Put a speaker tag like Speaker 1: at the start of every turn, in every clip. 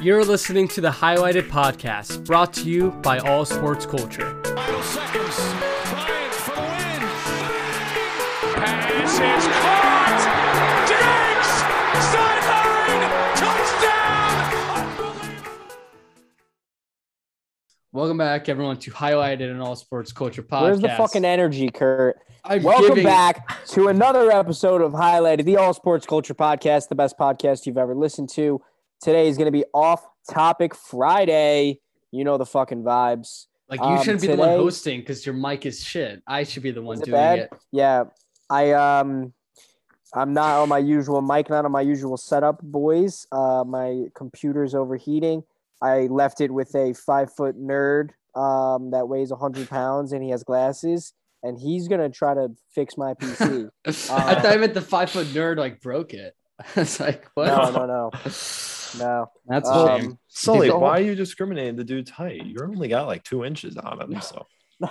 Speaker 1: You're listening to the Highlighted Podcast, brought to you by All Sports Culture.
Speaker 2: Final seconds. Bryant for the win.
Speaker 3: Pass is caught. Diggs sideline touchdown.
Speaker 1: Welcome back, everyone, to Highlighted and All Sports Culture Podcast.
Speaker 4: Where's the fucking energy, Kurt?
Speaker 1: I'm
Speaker 4: Welcome
Speaker 1: giving-
Speaker 4: back to another episode of Highlighted, the All Sports Culture Podcast, the best podcast you've ever listened to. Today is going to be Off Topic Friday. You know the fucking vibes.
Speaker 1: Like you
Speaker 4: um,
Speaker 1: shouldn't be the one
Speaker 4: today-
Speaker 1: hosting because your mic is shit. I should be the one
Speaker 4: Is it
Speaker 1: doing
Speaker 4: bad?
Speaker 1: it.
Speaker 4: Yeah, I um, I'm not on my usual mic, not on my usual setup, boys. Uh, my computer's overheating. I left it with a five foot nerd um, that weighs hundred pounds and he has glasses, and he's gonna try to fix my PC.
Speaker 1: I thought I meant the five foot nerd like broke it. It's like what?
Speaker 4: no, no, no, no.
Speaker 1: That's a
Speaker 4: Um,
Speaker 1: shame.
Speaker 5: Sully,
Speaker 4: He's all-
Speaker 5: why are you discriminating the dude's height? You only got like two inches on him. So
Speaker 4: No,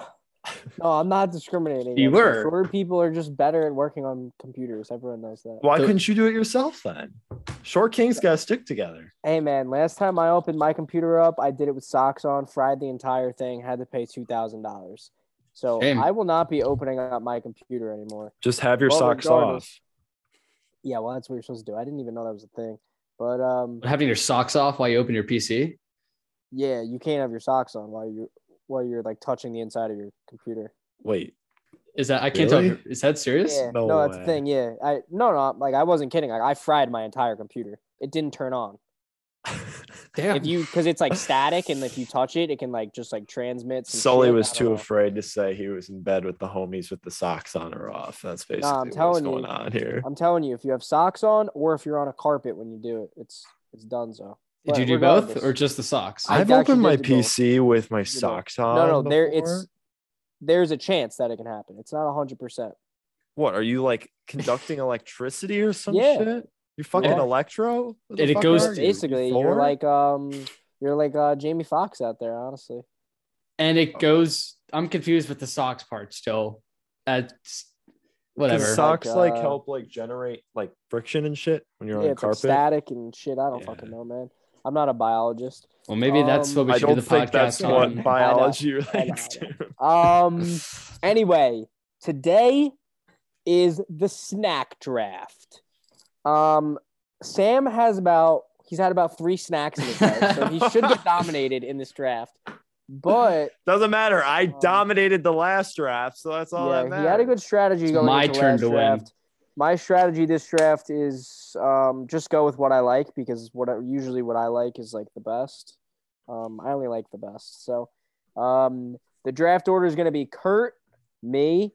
Speaker 4: I'm not discriminating.
Speaker 1: You
Speaker 4: against
Speaker 1: were.
Speaker 4: him. Short people are just better at working on computers. Everyone knows that.
Speaker 5: why
Speaker 1: The-
Speaker 5: couldn't you do it yourself then? Short kings gotta stick together.
Speaker 4: Hey man, last time I opened my computer up, I did it with socks on, fried the entire thing, had to pay two thousand dollars. So
Speaker 1: Shame.
Speaker 4: I will not be opening up my computer anymore.
Speaker 5: Just have your
Speaker 4: Well,
Speaker 5: socks
Speaker 4: regardless-
Speaker 5: off.
Speaker 4: Yeah, well, that's what you're supposed to do. I didn't even know that was a thing. But um,
Speaker 1: Having your socks off while you open your PC.
Speaker 4: yeah, you can't have your socks on while you while you're like touching the inside of your computer.
Speaker 5: Wait,
Speaker 1: Is that I can't
Speaker 5: Really?
Speaker 1: tell? Is that serious?
Speaker 4: Yeah,
Speaker 5: no
Speaker 4: no, that's
Speaker 5: way.
Speaker 4: the thing. Yeah, I no, no, like I wasn't kidding. Like I fried my entire computer. It didn't turn on.
Speaker 1: Damn.
Speaker 4: If you because it's like static, and if you touch it, it can like just like transmit. some
Speaker 5: Sully
Speaker 4: shit.
Speaker 5: was
Speaker 4: I don't
Speaker 5: too
Speaker 4: know.
Speaker 5: afraid to say he was in bed with the homies with the socks on or off. That's basically
Speaker 4: I'm
Speaker 5: what's
Speaker 4: telling you.
Speaker 5: going on here.
Speaker 4: I'm telling you, if you have socks on or if you're on a carpet when you do it, it's it's done so.
Speaker 1: Did you do both or just the socks?
Speaker 4: I
Speaker 5: I've
Speaker 4: actually
Speaker 5: opened my
Speaker 4: did the both.
Speaker 5: PC with my
Speaker 4: both.
Speaker 5: socks on.
Speaker 4: no, no, there
Speaker 5: before.
Speaker 4: it's there's a chance that it can happen. It's not hundred percent.
Speaker 5: what are you like conducting electricity or some
Speaker 4: Yeah.
Speaker 5: shit? You fucking
Speaker 1: Yeah.
Speaker 5: electro? What the
Speaker 1: And it
Speaker 5: fuck
Speaker 1: goes-
Speaker 5: are you? You
Speaker 4: Basically, you? are
Speaker 5: four?
Speaker 4: like um you're like uh Jamie Foxx out there, honestly.
Speaker 1: and it goes. I'm confused with the socks part still. That's
Speaker 5: Because
Speaker 1: whatever.
Speaker 4: so-
Speaker 5: Socks
Speaker 4: Like,
Speaker 5: like,
Speaker 4: uh,
Speaker 5: help like generate like friction and shit when you're
Speaker 4: yeah,
Speaker 5: on
Speaker 4: it's like,
Speaker 5: carpet.
Speaker 4: static and shit. I don't
Speaker 5: Yeah.
Speaker 4: fucking know, man. I'm not a biologist.
Speaker 1: well, maybe that's
Speaker 4: um,
Speaker 1: what we
Speaker 5: I
Speaker 1: should do
Speaker 5: don't
Speaker 1: the
Speaker 5: think that's
Speaker 1: podcast on.
Speaker 5: what biology
Speaker 4: I know.
Speaker 5: relates to.
Speaker 4: Um anyway, today is the snack draft. Um Sam has about he's had about three snacks in his life, so he should get dominated in this draft. But
Speaker 5: Doesn't matter. I
Speaker 4: Um,
Speaker 5: dominated the last draft, so that's all
Speaker 4: yeah,
Speaker 5: that matters.
Speaker 4: he had a good strategy
Speaker 1: It's
Speaker 4: going.
Speaker 1: my
Speaker 4: into
Speaker 1: turn
Speaker 4: last
Speaker 1: to win.
Speaker 4: draft. My strategy this draft is um, just go with what I like because what I, usually what I like is like the best. Um, I only like the best. So um, the draft order is going to be Kurt, me,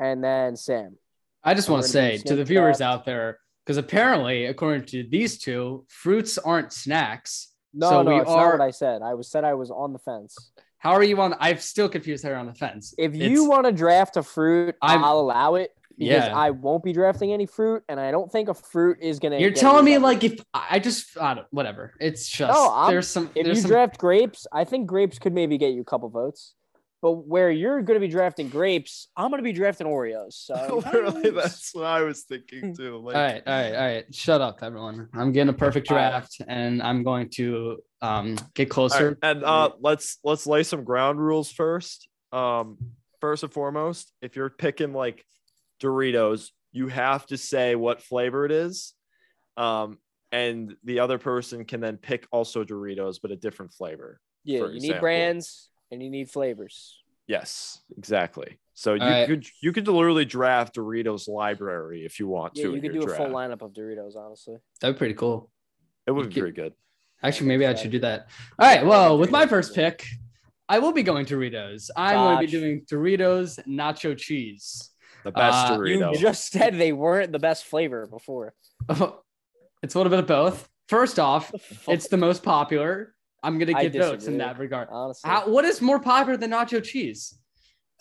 Speaker 4: and then Sam.
Speaker 1: I just want to
Speaker 4: Already
Speaker 1: say to
Speaker 4: snack
Speaker 1: the viewers
Speaker 4: draft.
Speaker 1: out there, because apparently, according to these two, fruits aren't snacks.
Speaker 4: No,
Speaker 1: So
Speaker 4: no,
Speaker 1: we
Speaker 4: it's
Speaker 1: are-
Speaker 4: not what I said. I was said I was on the fence.
Speaker 1: How are you on? I'm still confused. How you're on the fence.
Speaker 4: If you
Speaker 1: It's-
Speaker 4: want to draft a fruit, i
Speaker 1: I'm-
Speaker 4: will allow it because
Speaker 1: Yeah.
Speaker 4: I won't be drafting any fruit, and I don't think a fruit is going to.
Speaker 1: you're telling me like if I I just I don't, whatever. It's just
Speaker 4: No, I'm-
Speaker 1: there's some
Speaker 4: If
Speaker 1: there's
Speaker 4: you
Speaker 1: some
Speaker 4: draft grapes, I think grapes could maybe get you a couple votes. But where you're going to be drafting grapes, I'm going to be drafting Oreos. So
Speaker 5: Literally, that's what I was thinking too. Like,
Speaker 1: all right, all right, all right. Shut up, everyone. I'm getting a perfect
Speaker 4: All right.
Speaker 1: draft, and I'm going to um get
Speaker 5: all right,
Speaker 1: closer.
Speaker 5: and uh, let's let's lay some ground rules first. Um, first and foremost, if you're picking like Doritos, you have to say what flavor it is. Um, and the other person can then pick also Doritos, but a different flavor.
Speaker 4: yeah,
Speaker 5: for
Speaker 4: you need
Speaker 5: example.
Speaker 4: brands and you need flavors.
Speaker 5: Yes, exactly. So you
Speaker 1: Alright.
Speaker 5: could you could literally draft Doritos library if you want
Speaker 4: Yeah,
Speaker 5: to.
Speaker 4: you
Speaker 5: in
Speaker 4: could do
Speaker 5: your
Speaker 4: a full
Speaker 5: draft.
Speaker 4: lineup of Doritos, honestly.
Speaker 1: That'd be pretty cool.
Speaker 5: It would
Speaker 1: You
Speaker 5: be
Speaker 1: could-
Speaker 5: pretty good.
Speaker 1: Actually, maybe I should do that. All right. Well, with my first pick, I will be going Doritos. I'm going to be
Speaker 4: Gotcha.
Speaker 1: doing Doritos nacho cheese.
Speaker 5: The best
Speaker 1: Uh,
Speaker 4: You
Speaker 5: Dorito.
Speaker 4: just said they weren't the best flavor before.
Speaker 1: it's a little bit of both. First off, it's the most popular. I'm gonna
Speaker 4: I
Speaker 1: get votes in
Speaker 4: disagree.
Speaker 1: that regard.
Speaker 4: honestly.
Speaker 1: How, what is more popular than nacho cheese?
Speaker 4: I-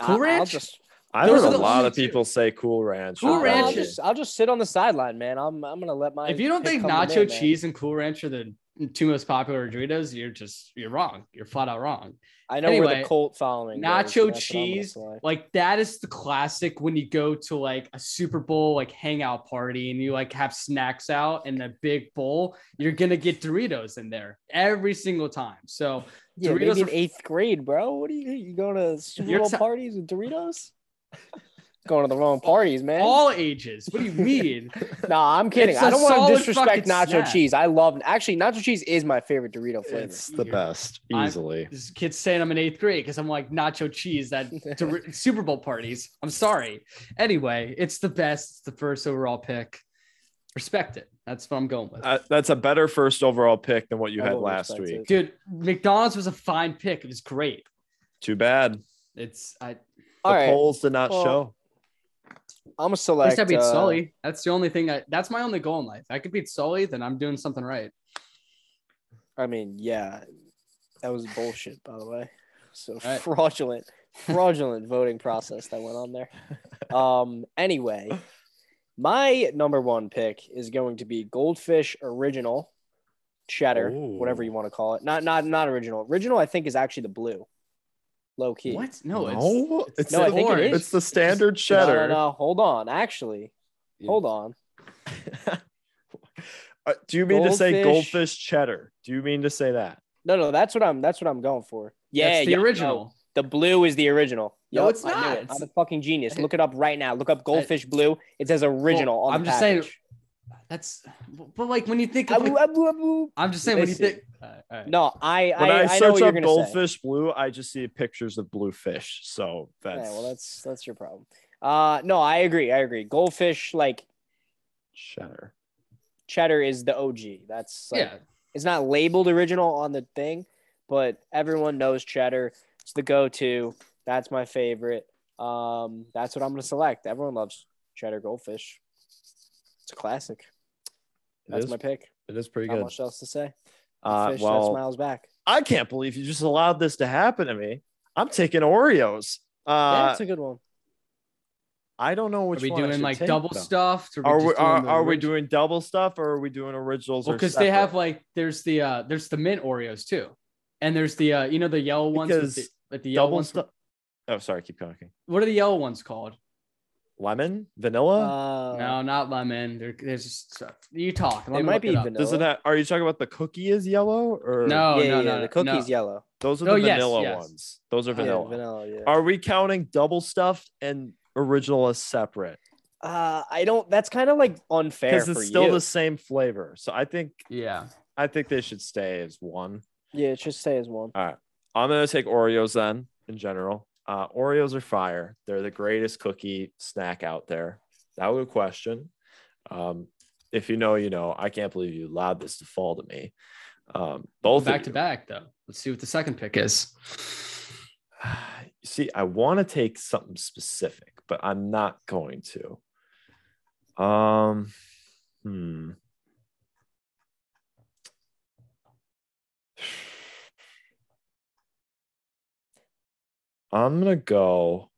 Speaker 1: Cool
Speaker 4: I'll
Speaker 1: Ranch?
Speaker 4: just,
Speaker 5: I
Speaker 1: those
Speaker 5: heard
Speaker 1: are
Speaker 5: a
Speaker 1: the
Speaker 5: lot
Speaker 1: only
Speaker 5: of people say Cool Ranch.
Speaker 1: Cool
Speaker 5: is
Speaker 4: I'll-
Speaker 5: better.
Speaker 1: Ranch
Speaker 4: I'll just, I'll just sit on the sideline, man. I'm, I'm going to let my.
Speaker 1: if you don't think
Speaker 4: pick come to me,
Speaker 1: nacho
Speaker 4: man.
Speaker 1: cheese and Cool Ranch are the two most popular Doritos, you're just you're wrong. You're flat out wrong.
Speaker 4: I know where
Speaker 1: Anyway,
Speaker 4: the cult following. goes,
Speaker 1: nacho
Speaker 4: so that's what I'm gonna
Speaker 1: cheese.
Speaker 4: select.
Speaker 1: like that is the classic when you go to like a Super Bowl like hangout party and you like have snacks out in a big bowl, you're gonna get Doritos in there every single time. So
Speaker 4: Yeah,
Speaker 1: Doritos
Speaker 4: maybe
Speaker 1: are-
Speaker 4: in eighth grade, bro. What do you you go to Super
Speaker 1: You're
Speaker 4: Bowl
Speaker 1: t-
Speaker 4: parties with Doritos? Going to the wrong parties, man.
Speaker 1: all ages. What do you mean?
Speaker 4: No, I'm kidding.
Speaker 1: It's
Speaker 4: I
Speaker 1: a
Speaker 4: don't want to
Speaker 1: solid
Speaker 4: disrespect
Speaker 1: fucking
Speaker 4: nacho
Speaker 1: snack.
Speaker 4: cheese. I love actually nacho cheese is my favorite Dorito flavor.
Speaker 5: It's the
Speaker 1: You're-
Speaker 5: best,
Speaker 1: I'm-
Speaker 5: easily.
Speaker 1: this kid's saying I'm in eighth grade because I'm like nacho cheese at Dor- Super Bowl parties. I'm sorry. Anyway, it's the best. It's the first overall pick. Respect it. That's what I'm going with.
Speaker 5: Uh, that's a better first overall pick than what you
Speaker 4: I
Speaker 5: had
Speaker 4: will
Speaker 5: last
Speaker 4: respect
Speaker 5: week.
Speaker 4: it.
Speaker 1: Dude, McDonald's was a fine pick. It was great.
Speaker 5: Too bad.
Speaker 1: It's I,
Speaker 4: All
Speaker 5: the
Speaker 4: right,
Speaker 5: polls did not
Speaker 4: Well,
Speaker 5: show.
Speaker 4: I'm gonna
Speaker 1: At
Speaker 4: select.
Speaker 1: least I beat
Speaker 4: uh,
Speaker 1: Sully. That's the only thing. I, that's my only goal in life. I could beat Sully, then I'm doing something right.
Speaker 4: I mean, yeah, that was bullshit, by the way. So
Speaker 1: right.
Speaker 4: fraudulent, fraudulent voting process that went on there. Um. Anyway, my number one pick is going to be Goldfish Original Cheddar, whatever
Speaker 5: Ooh.
Speaker 4: you want to call it. Not not not original. Original, I think, is actually the blue. Low key.
Speaker 1: What? No, it's
Speaker 5: No, it's,
Speaker 4: no, I
Speaker 5: the,
Speaker 4: think it is.
Speaker 5: it's the standard
Speaker 4: No,
Speaker 5: cheddar.
Speaker 4: no, no. Hold on. Actually, hold on.
Speaker 5: Uh, do you mean to say
Speaker 4: Goldfish.
Speaker 5: goldfish cheddar? Do you mean to say that?
Speaker 4: No, no, that's what I'm. That's what I'm going for. Yeah,
Speaker 1: That's the
Speaker 4: yeah, no,
Speaker 1: original.
Speaker 4: the blue is the original.
Speaker 1: No,
Speaker 4: Yup,
Speaker 1: it's
Speaker 4: I knew
Speaker 1: not.
Speaker 4: it.
Speaker 1: It's-
Speaker 4: I'm a fucking genius. Look it up right now. Look up Goldfish Blue. It says original
Speaker 1: Well,
Speaker 4: on the
Speaker 1: I'm just saying-
Speaker 4: package.
Speaker 1: That's. But like when you think, of,
Speaker 4: Abu,
Speaker 1: like,
Speaker 4: abu, abu.
Speaker 1: I'm just saying when you
Speaker 4: Listen.
Speaker 1: think. All right, all right.
Speaker 4: No, I.
Speaker 5: When I,
Speaker 4: I, I know
Speaker 5: search
Speaker 4: what you're
Speaker 5: up
Speaker 4: gonna say.
Speaker 5: goldfish blue, I just see pictures of blue fish. So
Speaker 4: Yeah,
Speaker 5: that's
Speaker 4: well, that's that's your problem. Uh, no, I agree. I agree. Goldfish like
Speaker 5: cheddar.
Speaker 4: cheddar is the OG. That's like,
Speaker 1: yeah,
Speaker 4: It's not labeled original on the thing, but everyone knows cheddar. It's the go-to. That's my favorite. Um, that's what I'm gonna select. Everyone loves cheddar goldfish. It's a classic.
Speaker 5: It
Speaker 4: That's
Speaker 5: is,
Speaker 4: my pick.
Speaker 5: it is pretty
Speaker 4: Not
Speaker 5: good.
Speaker 4: much else to say.
Speaker 5: Uh,
Speaker 4: Fish that
Speaker 5: well,
Speaker 4: smiles back.
Speaker 5: I can't believe you just allowed this to happen to me. I'm taking Oreos.
Speaker 4: yeah,
Speaker 5: Uh,
Speaker 4: it's a good one.
Speaker 5: I don't know
Speaker 1: are
Speaker 5: which
Speaker 1: we
Speaker 5: one I
Speaker 1: doing
Speaker 5: should
Speaker 1: like
Speaker 5: take,
Speaker 1: double
Speaker 5: though.
Speaker 1: stuffed?
Speaker 5: Are we
Speaker 1: just uh, doing
Speaker 5: are,
Speaker 1: the
Speaker 5: are we
Speaker 1: orig-
Speaker 5: doing double stuff or are we doing originals?
Speaker 1: Well,
Speaker 5: or
Speaker 1: because they have
Speaker 5: separate?
Speaker 1: like there's the uh there's the mint Oreos too, and there's the uh you know the yellow ones with the,
Speaker 5: Because
Speaker 1: like the yellow
Speaker 5: double
Speaker 1: ones.
Speaker 5: stuff. Oh, sorry, keep talking.
Speaker 1: What are the yellow ones called?
Speaker 5: Lemon, vanilla.
Speaker 4: Uh,
Speaker 1: no, not lemon. There- There's just you talk. Let
Speaker 4: It
Speaker 1: me
Speaker 4: might
Speaker 1: look
Speaker 4: be
Speaker 1: it up.
Speaker 4: vanilla.
Speaker 5: Does it have, are you talking about the cookie is yellow or
Speaker 1: No,
Speaker 4: yeah,
Speaker 1: no,
Speaker 4: yeah,
Speaker 1: no.
Speaker 4: the
Speaker 1: no.
Speaker 4: cookie's yellow.
Speaker 5: Those are the
Speaker 1: Oh, yes,
Speaker 5: vanilla
Speaker 1: yes.
Speaker 5: ones. Those are
Speaker 1: Yeah,
Speaker 5: vanilla.
Speaker 4: Yeah, vanilla. Yeah.
Speaker 5: Are we counting double stuffed and original as separate?
Speaker 4: Uh, I don't. That's kind of like unfair
Speaker 5: Because
Speaker 4: for
Speaker 5: it's still
Speaker 4: you.
Speaker 5: the same flavor. So I think
Speaker 1: Yeah.
Speaker 5: I think they should stay as one.
Speaker 4: Yeah, it should stay as one.
Speaker 5: I'm gonna take Oreos then in general. Uh, Oreos are fire. They're the greatest cookie snack out there. That was a question. Um, if you know, you know. I can't believe you allowed this to fall to me. Um, both of
Speaker 1: back to
Speaker 5: you.
Speaker 1: back though. Let's see what the second pick is.
Speaker 5: See, I want to take something specific, but I'm not going to. Um, hmm. I'm gonna go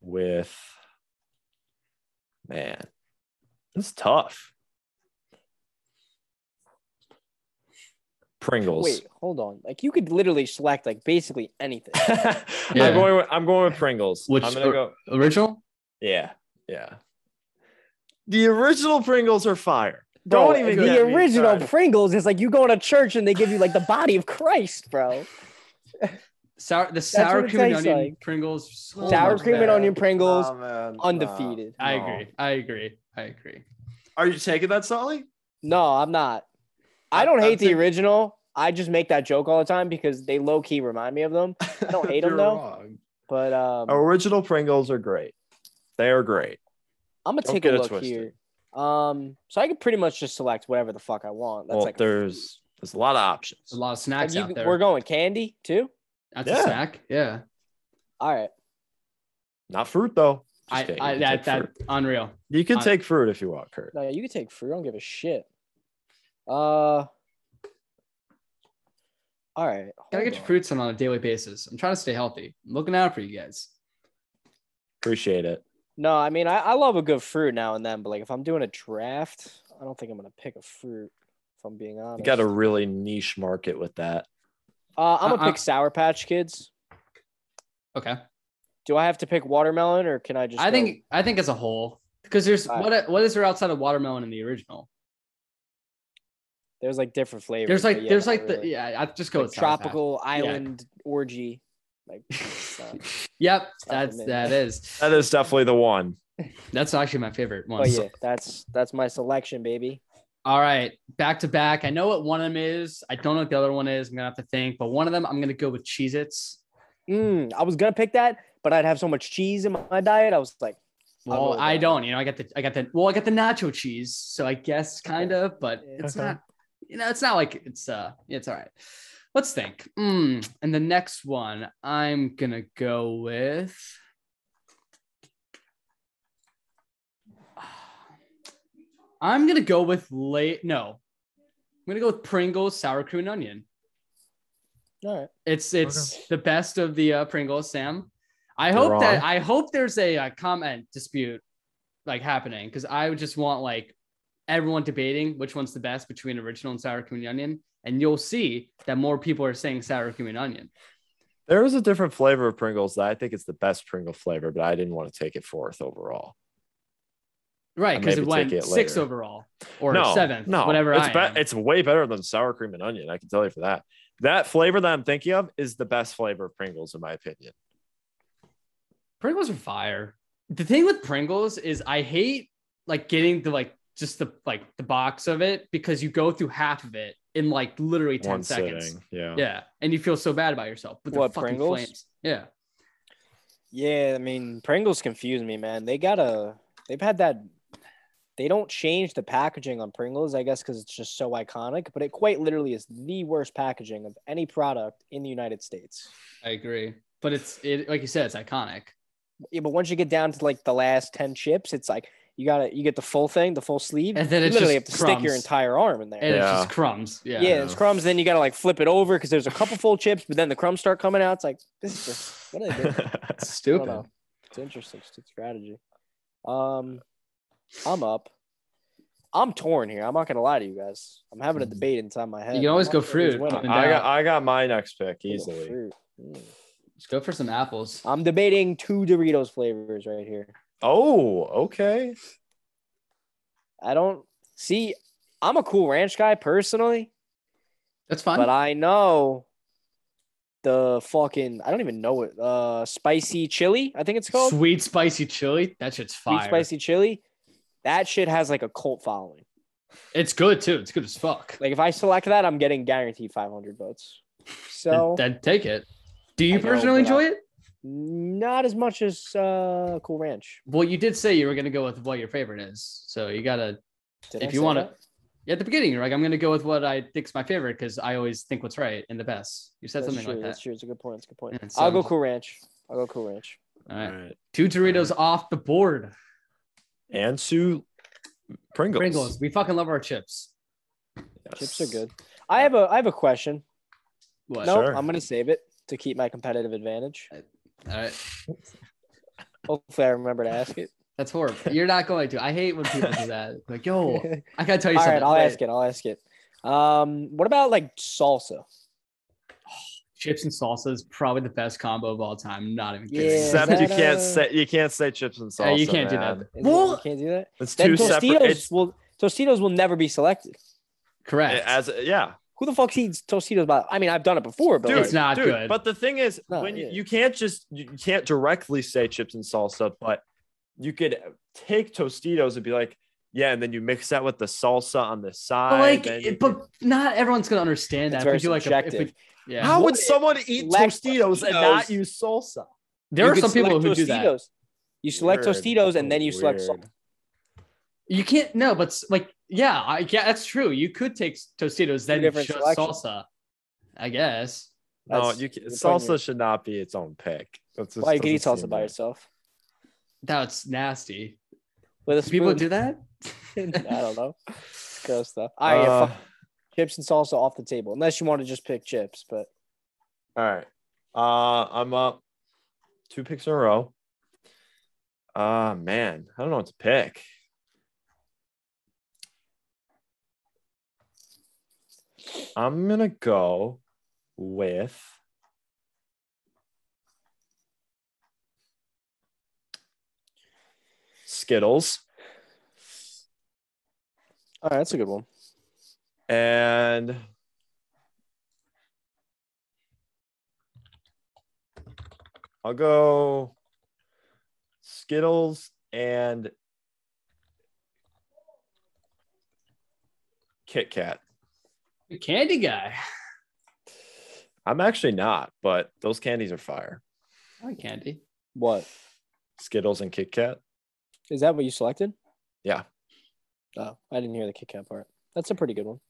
Speaker 5: with man. It's tough. Pringles.
Speaker 4: Wait, hold on. Like you could literally select like basically anything.
Speaker 1: Yeah.
Speaker 5: I'm going. With, I'm going with Pringles.
Speaker 1: Which-
Speaker 5: I'm gonna go.
Speaker 1: Original?
Speaker 5: Yeah, yeah. The original Pringles are fire.
Speaker 4: Bro,
Speaker 5: Don't even
Speaker 4: the
Speaker 5: get me
Speaker 4: original
Speaker 5: started.
Speaker 4: Pringles is like you go to church and they give you like the body of Christ, bro.
Speaker 1: Sour the sour
Speaker 4: what it
Speaker 1: cream and
Speaker 4: tastes
Speaker 1: onion
Speaker 4: like. Pringles.
Speaker 1: Pringles. so
Speaker 4: Sour
Speaker 1: much
Speaker 4: cream and
Speaker 1: better.
Speaker 4: onion Pringles,
Speaker 1: Um,
Speaker 5: Nah, Oh, man, nah.
Speaker 4: undefeated.
Speaker 1: I
Speaker 5: No.
Speaker 1: agree. I agree. I agree.
Speaker 5: Are you taking that, Sully?
Speaker 4: No, I'm not. I
Speaker 5: I-
Speaker 4: don't
Speaker 5: I'm
Speaker 4: hate the
Speaker 5: thinking-
Speaker 4: original. I just make that joke all the time because they low key remind me of them. I don't hate them though. But um,
Speaker 5: Original Pringles are great. They are great.
Speaker 4: I'm gonna
Speaker 5: don't
Speaker 4: take a
Speaker 5: get it
Speaker 4: look
Speaker 5: twisted.
Speaker 4: here. Um, so I could pretty much just select whatever the fuck I want. That's
Speaker 5: well,
Speaker 4: like
Speaker 5: there's there's a lot of options.
Speaker 1: There's a lot of
Speaker 4: Like,
Speaker 1: snacks
Speaker 4: you-
Speaker 1: out there.
Speaker 4: we're going candy too.
Speaker 1: That's
Speaker 5: Yeah.
Speaker 1: a snack. Yeah.
Speaker 4: All right.
Speaker 5: Not fruit though. Just
Speaker 1: I,
Speaker 5: kidding.
Speaker 1: I
Speaker 5: You can
Speaker 1: that
Speaker 5: take
Speaker 1: that
Speaker 5: fruit.
Speaker 1: unreal.
Speaker 5: you can
Speaker 1: I-
Speaker 5: take fruit if you want, Kurt.
Speaker 4: No, yeah, you can take fruit. I don't give a shit. Uh. All right.
Speaker 1: Gotta
Speaker 4: hold
Speaker 1: get your
Speaker 4: on.
Speaker 1: fruits in on a daily basis. I'm trying to stay healthy. I'm looking out for you guys.
Speaker 5: Appreciate it.
Speaker 4: No, I mean I, I love a good fruit now and then, but like if I'm doing a draft, I don't think I'm gonna pick a fruit. If I'm being honest.
Speaker 5: You got a really niche market with that.
Speaker 4: Uh, I'm gonna
Speaker 1: Uh-uh.
Speaker 4: pick Sour Patch Kids.
Speaker 1: Okay.
Speaker 4: Do I have to pick watermelon, or can I just?
Speaker 1: I
Speaker 4: go-
Speaker 1: think I think as a whole because there's
Speaker 4: All
Speaker 1: what what is there outside of watermelon in the original?
Speaker 4: there's like different flavors.
Speaker 1: There's like
Speaker 4: but yeah,
Speaker 1: there's
Speaker 4: not
Speaker 1: like the
Speaker 4: really.
Speaker 1: yeah. I just go
Speaker 4: Like
Speaker 1: with Sour Patch.
Speaker 4: tropical island orgy. Like it's not-
Speaker 1: Yep,
Speaker 4: Stop
Speaker 1: that's
Speaker 4: admitting
Speaker 1: that
Speaker 4: that.
Speaker 1: is
Speaker 5: That is definitely the one.
Speaker 1: that's actually my favorite one.
Speaker 4: but Oh, yeah, that's that's my selection, baby.
Speaker 1: All right, back to back. I know what one of them is. I don't know what the other one is. I'm gonna have to think, but one of them I'm gonna go with Cheez Its.
Speaker 4: Mm, I was gonna pick that, but I'd have so much cheese in my diet. I was like, I'll go
Speaker 1: Well,
Speaker 4: with
Speaker 1: Oh, I
Speaker 4: that.
Speaker 1: don't. You know, I got the I got the well, I got the nacho cheese, so I guess kind of, but
Speaker 4: Yeah.
Speaker 1: it's
Speaker 5: Okay.
Speaker 1: not. You know, it's not like it's uh, it's all right. Let's think. Mm, and the next one I'm gonna go with. I'm gonna go with late. No, I'm gonna go with Pringles sour cream and onion.
Speaker 4: all right,
Speaker 1: It's it's the best of the uh, Pringles, Sam. I hope
Speaker 5: wrong.
Speaker 1: that I hope there's a, uh comment dispute like happening because I would just want like everyone debating which one's the best between original and sour cream and onion, and you'll see that more people are saying sour cream and onion.
Speaker 5: There is a different flavor of Pringles that I think it's the best Pringle flavor, but I didn't want to take it fourth overall.
Speaker 1: Right,
Speaker 5: I
Speaker 1: because
Speaker 5: maybe
Speaker 1: it went
Speaker 5: take it
Speaker 1: six
Speaker 5: later.
Speaker 1: overall or
Speaker 5: no,
Speaker 1: seventh,
Speaker 5: no,
Speaker 1: whatever.
Speaker 5: It's
Speaker 1: I
Speaker 5: be-
Speaker 1: am.
Speaker 5: it's way better than sour cream and onion. I can tell you for that. That flavor that I'm thinking of is the best flavor of Pringles in my opinion.
Speaker 1: Pringles are fire. The thing with Pringles is I hate like getting the like just the like the box of it because you go through half of it in like literally ten
Speaker 5: One
Speaker 1: seconds.
Speaker 5: sitting, yeah.
Speaker 1: Yeah, and you feel so bad about yourself. But they're
Speaker 4: What,
Speaker 1: fucking
Speaker 4: Pringles?
Speaker 1: flames. Yeah,
Speaker 4: yeah. I mean, Pringles confuse me, man. They gotta, they've had that. They don't change the packaging on Pringles, I guess, because it's just so iconic. But it quite literally is the worst packaging of any product in the United States.
Speaker 1: I agree. But it's it like you said, it's iconic.
Speaker 4: Yeah, but once you get down to like the last ten chips, it's like you gotta you get the full thing, the full sleeve.
Speaker 1: And then
Speaker 4: you
Speaker 1: it's
Speaker 4: literally have
Speaker 1: just
Speaker 4: to stick your
Speaker 1: crumbs.
Speaker 4: entire arm in there.
Speaker 1: And it's
Speaker 5: Yeah.
Speaker 1: just crumbs. Yeah.
Speaker 4: yeah, it's crumbs. Then you gotta like flip it over because there's a couple full chips, but then the crumbs start coming out. It's like this is just what are they doing?
Speaker 1: It's
Speaker 4: I
Speaker 1: stupid.
Speaker 4: don't know. It's interesting. It's a strategy. Um, I'm up. I'm torn here. I'm not gonna lie to you guys. I'm having a debate inside my head.
Speaker 1: Hmm. can always
Speaker 4: I'm not
Speaker 1: go
Speaker 4: sure who's
Speaker 1: fruit.
Speaker 4: winning.
Speaker 1: Up and
Speaker 5: I
Speaker 1: down. Oh,
Speaker 5: got I got my next pick easily.
Speaker 4: Fruit. Mm.
Speaker 1: Let's go for some apples.
Speaker 4: I'm debating two Doritos flavors right here.
Speaker 5: Oh, okay.
Speaker 4: I don't see. I'm a cool ranch guy personally,
Speaker 1: That's fine.
Speaker 4: but I know the fucking I don't even know it. Uh, spicy chili, I think it's called.
Speaker 1: Sweet spicy chili. That shit's
Speaker 4: Sweet
Speaker 1: fire.
Speaker 4: spicy chili. That shit has like a cult following.
Speaker 1: It's good too. It's good as fuck.
Speaker 4: Like if I select that, I'm getting guaranteed 500 votes.
Speaker 1: Then-
Speaker 4: So
Speaker 1: then, take it. Do you
Speaker 4: I know,
Speaker 1: personally
Speaker 4: but I-
Speaker 1: enjoy it?
Speaker 4: not as much as uh, Cool Ranch.
Speaker 1: Well, you did say you were gonna go with what your favorite is. So you gotta
Speaker 4: Did
Speaker 1: if
Speaker 4: I
Speaker 1: you
Speaker 4: say
Speaker 1: want to
Speaker 4: that?
Speaker 1: at the beginning, you're like, I'm gonna go with what I think's my favorite because I always think what's right and the best. You said
Speaker 4: that's
Speaker 1: something
Speaker 4: true.
Speaker 1: like
Speaker 4: That's
Speaker 1: that.
Speaker 4: true. It's a good point. It's a good point.
Speaker 1: Yeah, so-
Speaker 4: I'll go Cool Ranch. I'll go Cool Ranch.
Speaker 1: All right.
Speaker 5: right.
Speaker 1: Two Doritos off the board.
Speaker 5: And Sue Pringles.
Speaker 1: Pringles. We fucking love our chips.
Speaker 4: Chips are good. I have a I have a question.
Speaker 1: What?
Speaker 4: No,
Speaker 5: Sure.
Speaker 4: I'm gonna save it to keep my competitive advantage.
Speaker 1: All right.
Speaker 4: Hopefully, I remember to ask it.
Speaker 1: That's horrible. You're not going to. I hate when people do that. Like, yo, I gotta tell you
Speaker 4: All
Speaker 1: something.
Speaker 4: right, I'll
Speaker 1: Wait,
Speaker 4: ask it. I'll ask it. Um, what about like salsa?
Speaker 1: Chips and salsa is probably the best combo of all time. Not even kidding.
Speaker 4: Yeah,
Speaker 5: Except
Speaker 4: that,
Speaker 5: you can't
Speaker 4: uh,
Speaker 5: say you can't say chips and salsa.
Speaker 1: Yeah, you can't do
Speaker 5: man.
Speaker 1: that.
Speaker 4: Is it-
Speaker 1: Well,
Speaker 4: you can't do that.
Speaker 5: It's
Speaker 4: Then
Speaker 5: two separate.
Speaker 4: Tostitos
Speaker 5: It's,
Speaker 4: will Tostitos will never be selected.
Speaker 1: correct.
Speaker 5: as yeah,
Speaker 4: Who the fuck eats Tostitos? By I mean, I've done it before, but
Speaker 5: dude,
Speaker 1: it's
Speaker 4: like,
Speaker 1: not
Speaker 5: dude,
Speaker 1: good.
Speaker 5: But the thing is,
Speaker 4: No,
Speaker 5: when you,
Speaker 4: yeah.
Speaker 5: you can't just you you can't directly say chips and salsa, but you could take Tostitos and be like, yeah, and then you mix that with the salsa on the
Speaker 1: but
Speaker 5: side.
Speaker 1: like,
Speaker 5: then-
Speaker 1: it- but not everyone's gonna understand
Speaker 4: it's
Speaker 1: that.
Speaker 4: very
Speaker 1: if we do like, a, if
Speaker 4: subjective.
Speaker 1: we, yeah,
Speaker 5: how would
Speaker 4: What-
Speaker 5: someone eat
Speaker 4: Lack-
Speaker 5: Tostitos and
Speaker 4: Tostitos.
Speaker 5: not use salsa?
Speaker 1: there
Speaker 4: You
Speaker 1: are
Speaker 4: could
Speaker 1: some people
Speaker 4: select
Speaker 1: who do that.
Speaker 4: Tostitos. You select
Speaker 5: Weird.
Speaker 4: Tostitos and then you select
Speaker 5: Weird.
Speaker 4: salsa.
Speaker 1: You can't. No, but s- like, yeah, I, yeah, that's true. You could take Tostitos then
Speaker 4: different
Speaker 1: just
Speaker 4: selections.
Speaker 1: salsa. I guess.
Speaker 5: No,
Speaker 4: That's-
Speaker 5: you can,
Speaker 4: you're
Speaker 5: salsa
Speaker 4: putting
Speaker 5: should not be its own pick. That's just
Speaker 4: Why you can eat
Speaker 5: doesn't
Speaker 4: salsa
Speaker 5: seem
Speaker 4: by
Speaker 5: right.
Speaker 4: yourself
Speaker 1: That's nasty.
Speaker 4: with a
Speaker 1: Do people
Speaker 4: spoon?
Speaker 1: do that?
Speaker 4: I don't know. Gross stuff. All right, yeah,
Speaker 5: Uh,
Speaker 4: fuck chips and salsa off the table, unless you want to just pick chips. But
Speaker 5: All right. Uh, I'm up two picks in a row. Uh man, I don't know what to pick. I'm gonna go with Skittles
Speaker 4: All right, that's a good one.
Speaker 5: and I'll go Skittles and Kit Kat.
Speaker 1: The candy guy.
Speaker 5: I'm actually not, but those candies are fire.
Speaker 1: I like candy.
Speaker 4: What
Speaker 5: Skittles and Kit Kat.
Speaker 4: is that? What you selected?
Speaker 5: Yeah.
Speaker 4: Oh, I didn't hear the Kit Kat part. That's a pretty good one.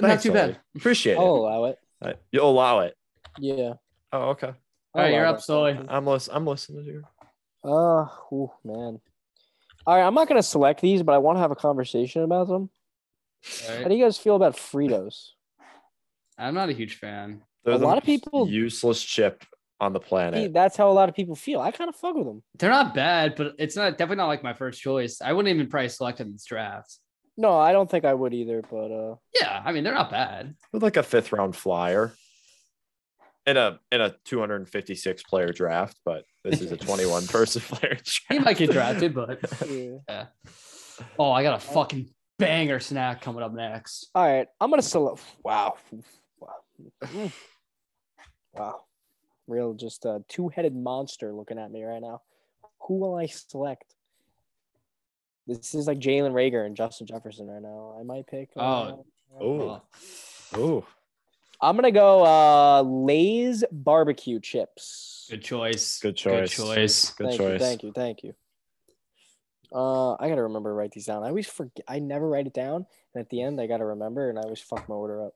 Speaker 1: Not
Speaker 5: Thanks,
Speaker 1: too
Speaker 5: Ollie.
Speaker 1: bad.
Speaker 5: Appreciate
Speaker 4: I'll
Speaker 5: it.
Speaker 4: allow it.
Speaker 5: Uh, You'll allow it.
Speaker 4: Yeah.
Speaker 5: Oh, okay.
Speaker 1: All right,
Speaker 4: I'll
Speaker 1: you're
Speaker 4: allow
Speaker 1: up,
Speaker 4: it.
Speaker 1: Sully.
Speaker 5: I'm listening. I'm listening to you.
Speaker 4: Uh, ooh, man. All right, I'm not gonna select these, but I want to have a conversation about them.
Speaker 1: All
Speaker 4: How
Speaker 1: right.
Speaker 4: do you guys feel about Fritos?
Speaker 1: I'm not a huge fan.
Speaker 5: They're
Speaker 4: A
Speaker 5: the
Speaker 4: lot of
Speaker 5: most
Speaker 4: people-
Speaker 5: useless chip on the
Speaker 4: See,
Speaker 5: planet.
Speaker 4: that's how a lot of people feel. I kind of fuck with them.
Speaker 1: They're not bad, but it's not definitely not like my first choice. I wouldn't even probably select them in this draft.
Speaker 4: No, I don't think I would either. But uh,
Speaker 1: Yeah, I mean they're not bad.
Speaker 5: With like a fifth round flyer in a in a 256 player draft, but this is a 21 person player draft.
Speaker 1: He might get drafted, but
Speaker 4: yeah.
Speaker 1: yeah. Oh, I got a fucking banger snack coming up next.
Speaker 4: all right, I'm gonna select. Wow, wow, Mm. wow. Real, just a two-headed monster looking at me right now. Who will I select? This is like Jalen Rager and Justin Jefferson right now. I might pick.
Speaker 1: Oh.
Speaker 4: uh,
Speaker 5: Oh,
Speaker 1: Well,
Speaker 5: oh,
Speaker 4: I'm gonna go uh Lay's barbecue chips.
Speaker 1: good choice.
Speaker 5: good
Speaker 1: Good
Speaker 5: choice.
Speaker 1: choice.
Speaker 5: Good
Speaker 4: thank
Speaker 5: choice.
Speaker 4: you, thank you, thank you. Uh, I gotta remember to write these down. I always forget. I never write it down, and at the end, I gotta remember, and I always fuck my order up.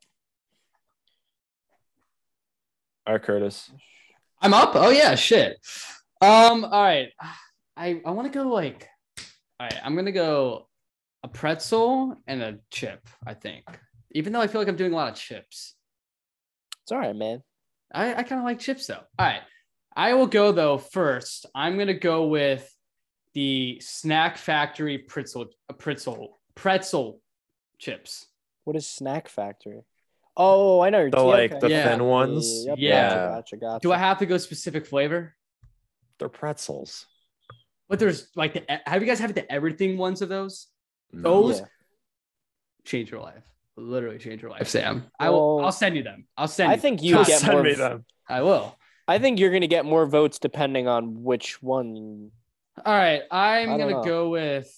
Speaker 5: All right, Curtis.
Speaker 1: I'm up. Oh yeah, shit. Um, all right. I I want to go like all right, I'm gonna go a pretzel and a chip, I think. Even though I feel like I'm doing a lot of chips.
Speaker 4: It's all right, man.
Speaker 1: I, I kind of like chips though. All right. I will go though first. I'm gonna go with the snack factory pretzel uh, pretzel pretzel chips.
Speaker 4: What is Snack Factory? Oh, I know. you're-
Speaker 5: The
Speaker 4: yeah,
Speaker 5: like
Speaker 4: okay.
Speaker 5: the
Speaker 1: Yeah.
Speaker 5: thin ones.
Speaker 4: Yep,
Speaker 1: Yeah.
Speaker 4: Gotcha, gotcha, gotcha.
Speaker 1: Do I have to go specific flavor?
Speaker 5: They're pretzels.
Speaker 1: But there's like the have you guys had the everything ones of those?
Speaker 4: Oh,
Speaker 5: No.
Speaker 1: Those change your life. Literally change your life, Sam. I will.
Speaker 4: Well,
Speaker 1: I'll send you them. I'll send.
Speaker 4: I
Speaker 1: you
Speaker 4: think
Speaker 1: them.
Speaker 4: you
Speaker 1: I'll
Speaker 4: get
Speaker 1: send-
Speaker 4: more.
Speaker 5: Send me them.
Speaker 1: I will.
Speaker 4: I think you're gonna get more votes depending on which one.
Speaker 1: All right. I'm
Speaker 4: I don't
Speaker 1: gonna
Speaker 4: know.
Speaker 1: go with.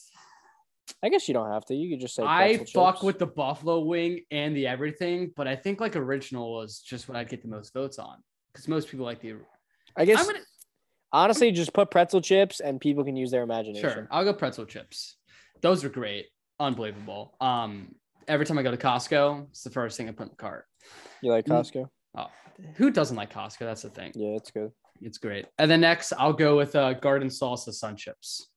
Speaker 4: I guess you don't have to. You could just say.
Speaker 1: I
Speaker 4: pretzel
Speaker 1: fuck
Speaker 4: chips.
Speaker 1: with the buffalo wing and the everything, but I think like original was just what I'd get the most votes on because most people like the.
Speaker 4: I guess
Speaker 1: I'm gonna
Speaker 4: honestly, just put pretzel chips, and people can use their imagination.
Speaker 1: sure. I'll go pretzel chips. Those are great, unbelievable. Um, every time I go to Costco, it's the first thing I put in the cart.
Speaker 4: You like
Speaker 1: Mm.
Speaker 4: Costco?
Speaker 1: Oh, who doesn't like Costco? That's the thing.
Speaker 4: Yeah, it's good.
Speaker 1: It's great. And then next, I'll go with uh, garden salsa sun chips.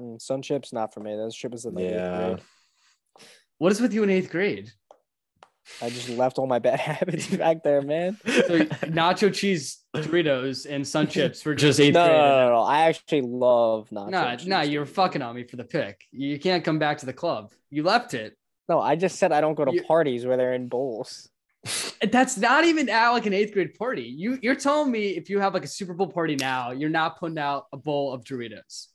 Speaker 4: Mm, sun chips, not for me. Those chips in like eighth
Speaker 5: Yeah.
Speaker 4: grade.
Speaker 1: What is with you in eighth grade?
Speaker 4: I just left all my bad habits back there, man.
Speaker 1: So nacho cheese Doritos and sun chips were just eighth
Speaker 4: no, no,
Speaker 1: grade.
Speaker 4: no, no. I actually love nacho.
Speaker 1: No,
Speaker 4: cheese.
Speaker 1: no, you're fucking on me for the pick. You can't come back to the club. You left it.
Speaker 4: No, I just said I don't go to
Speaker 1: You-
Speaker 4: parties where they're in bowls.
Speaker 1: That's not even at like an eighth grade party. You you're telling me if you have like a Super Bowl party now, you're not putting out a bowl of Doritos.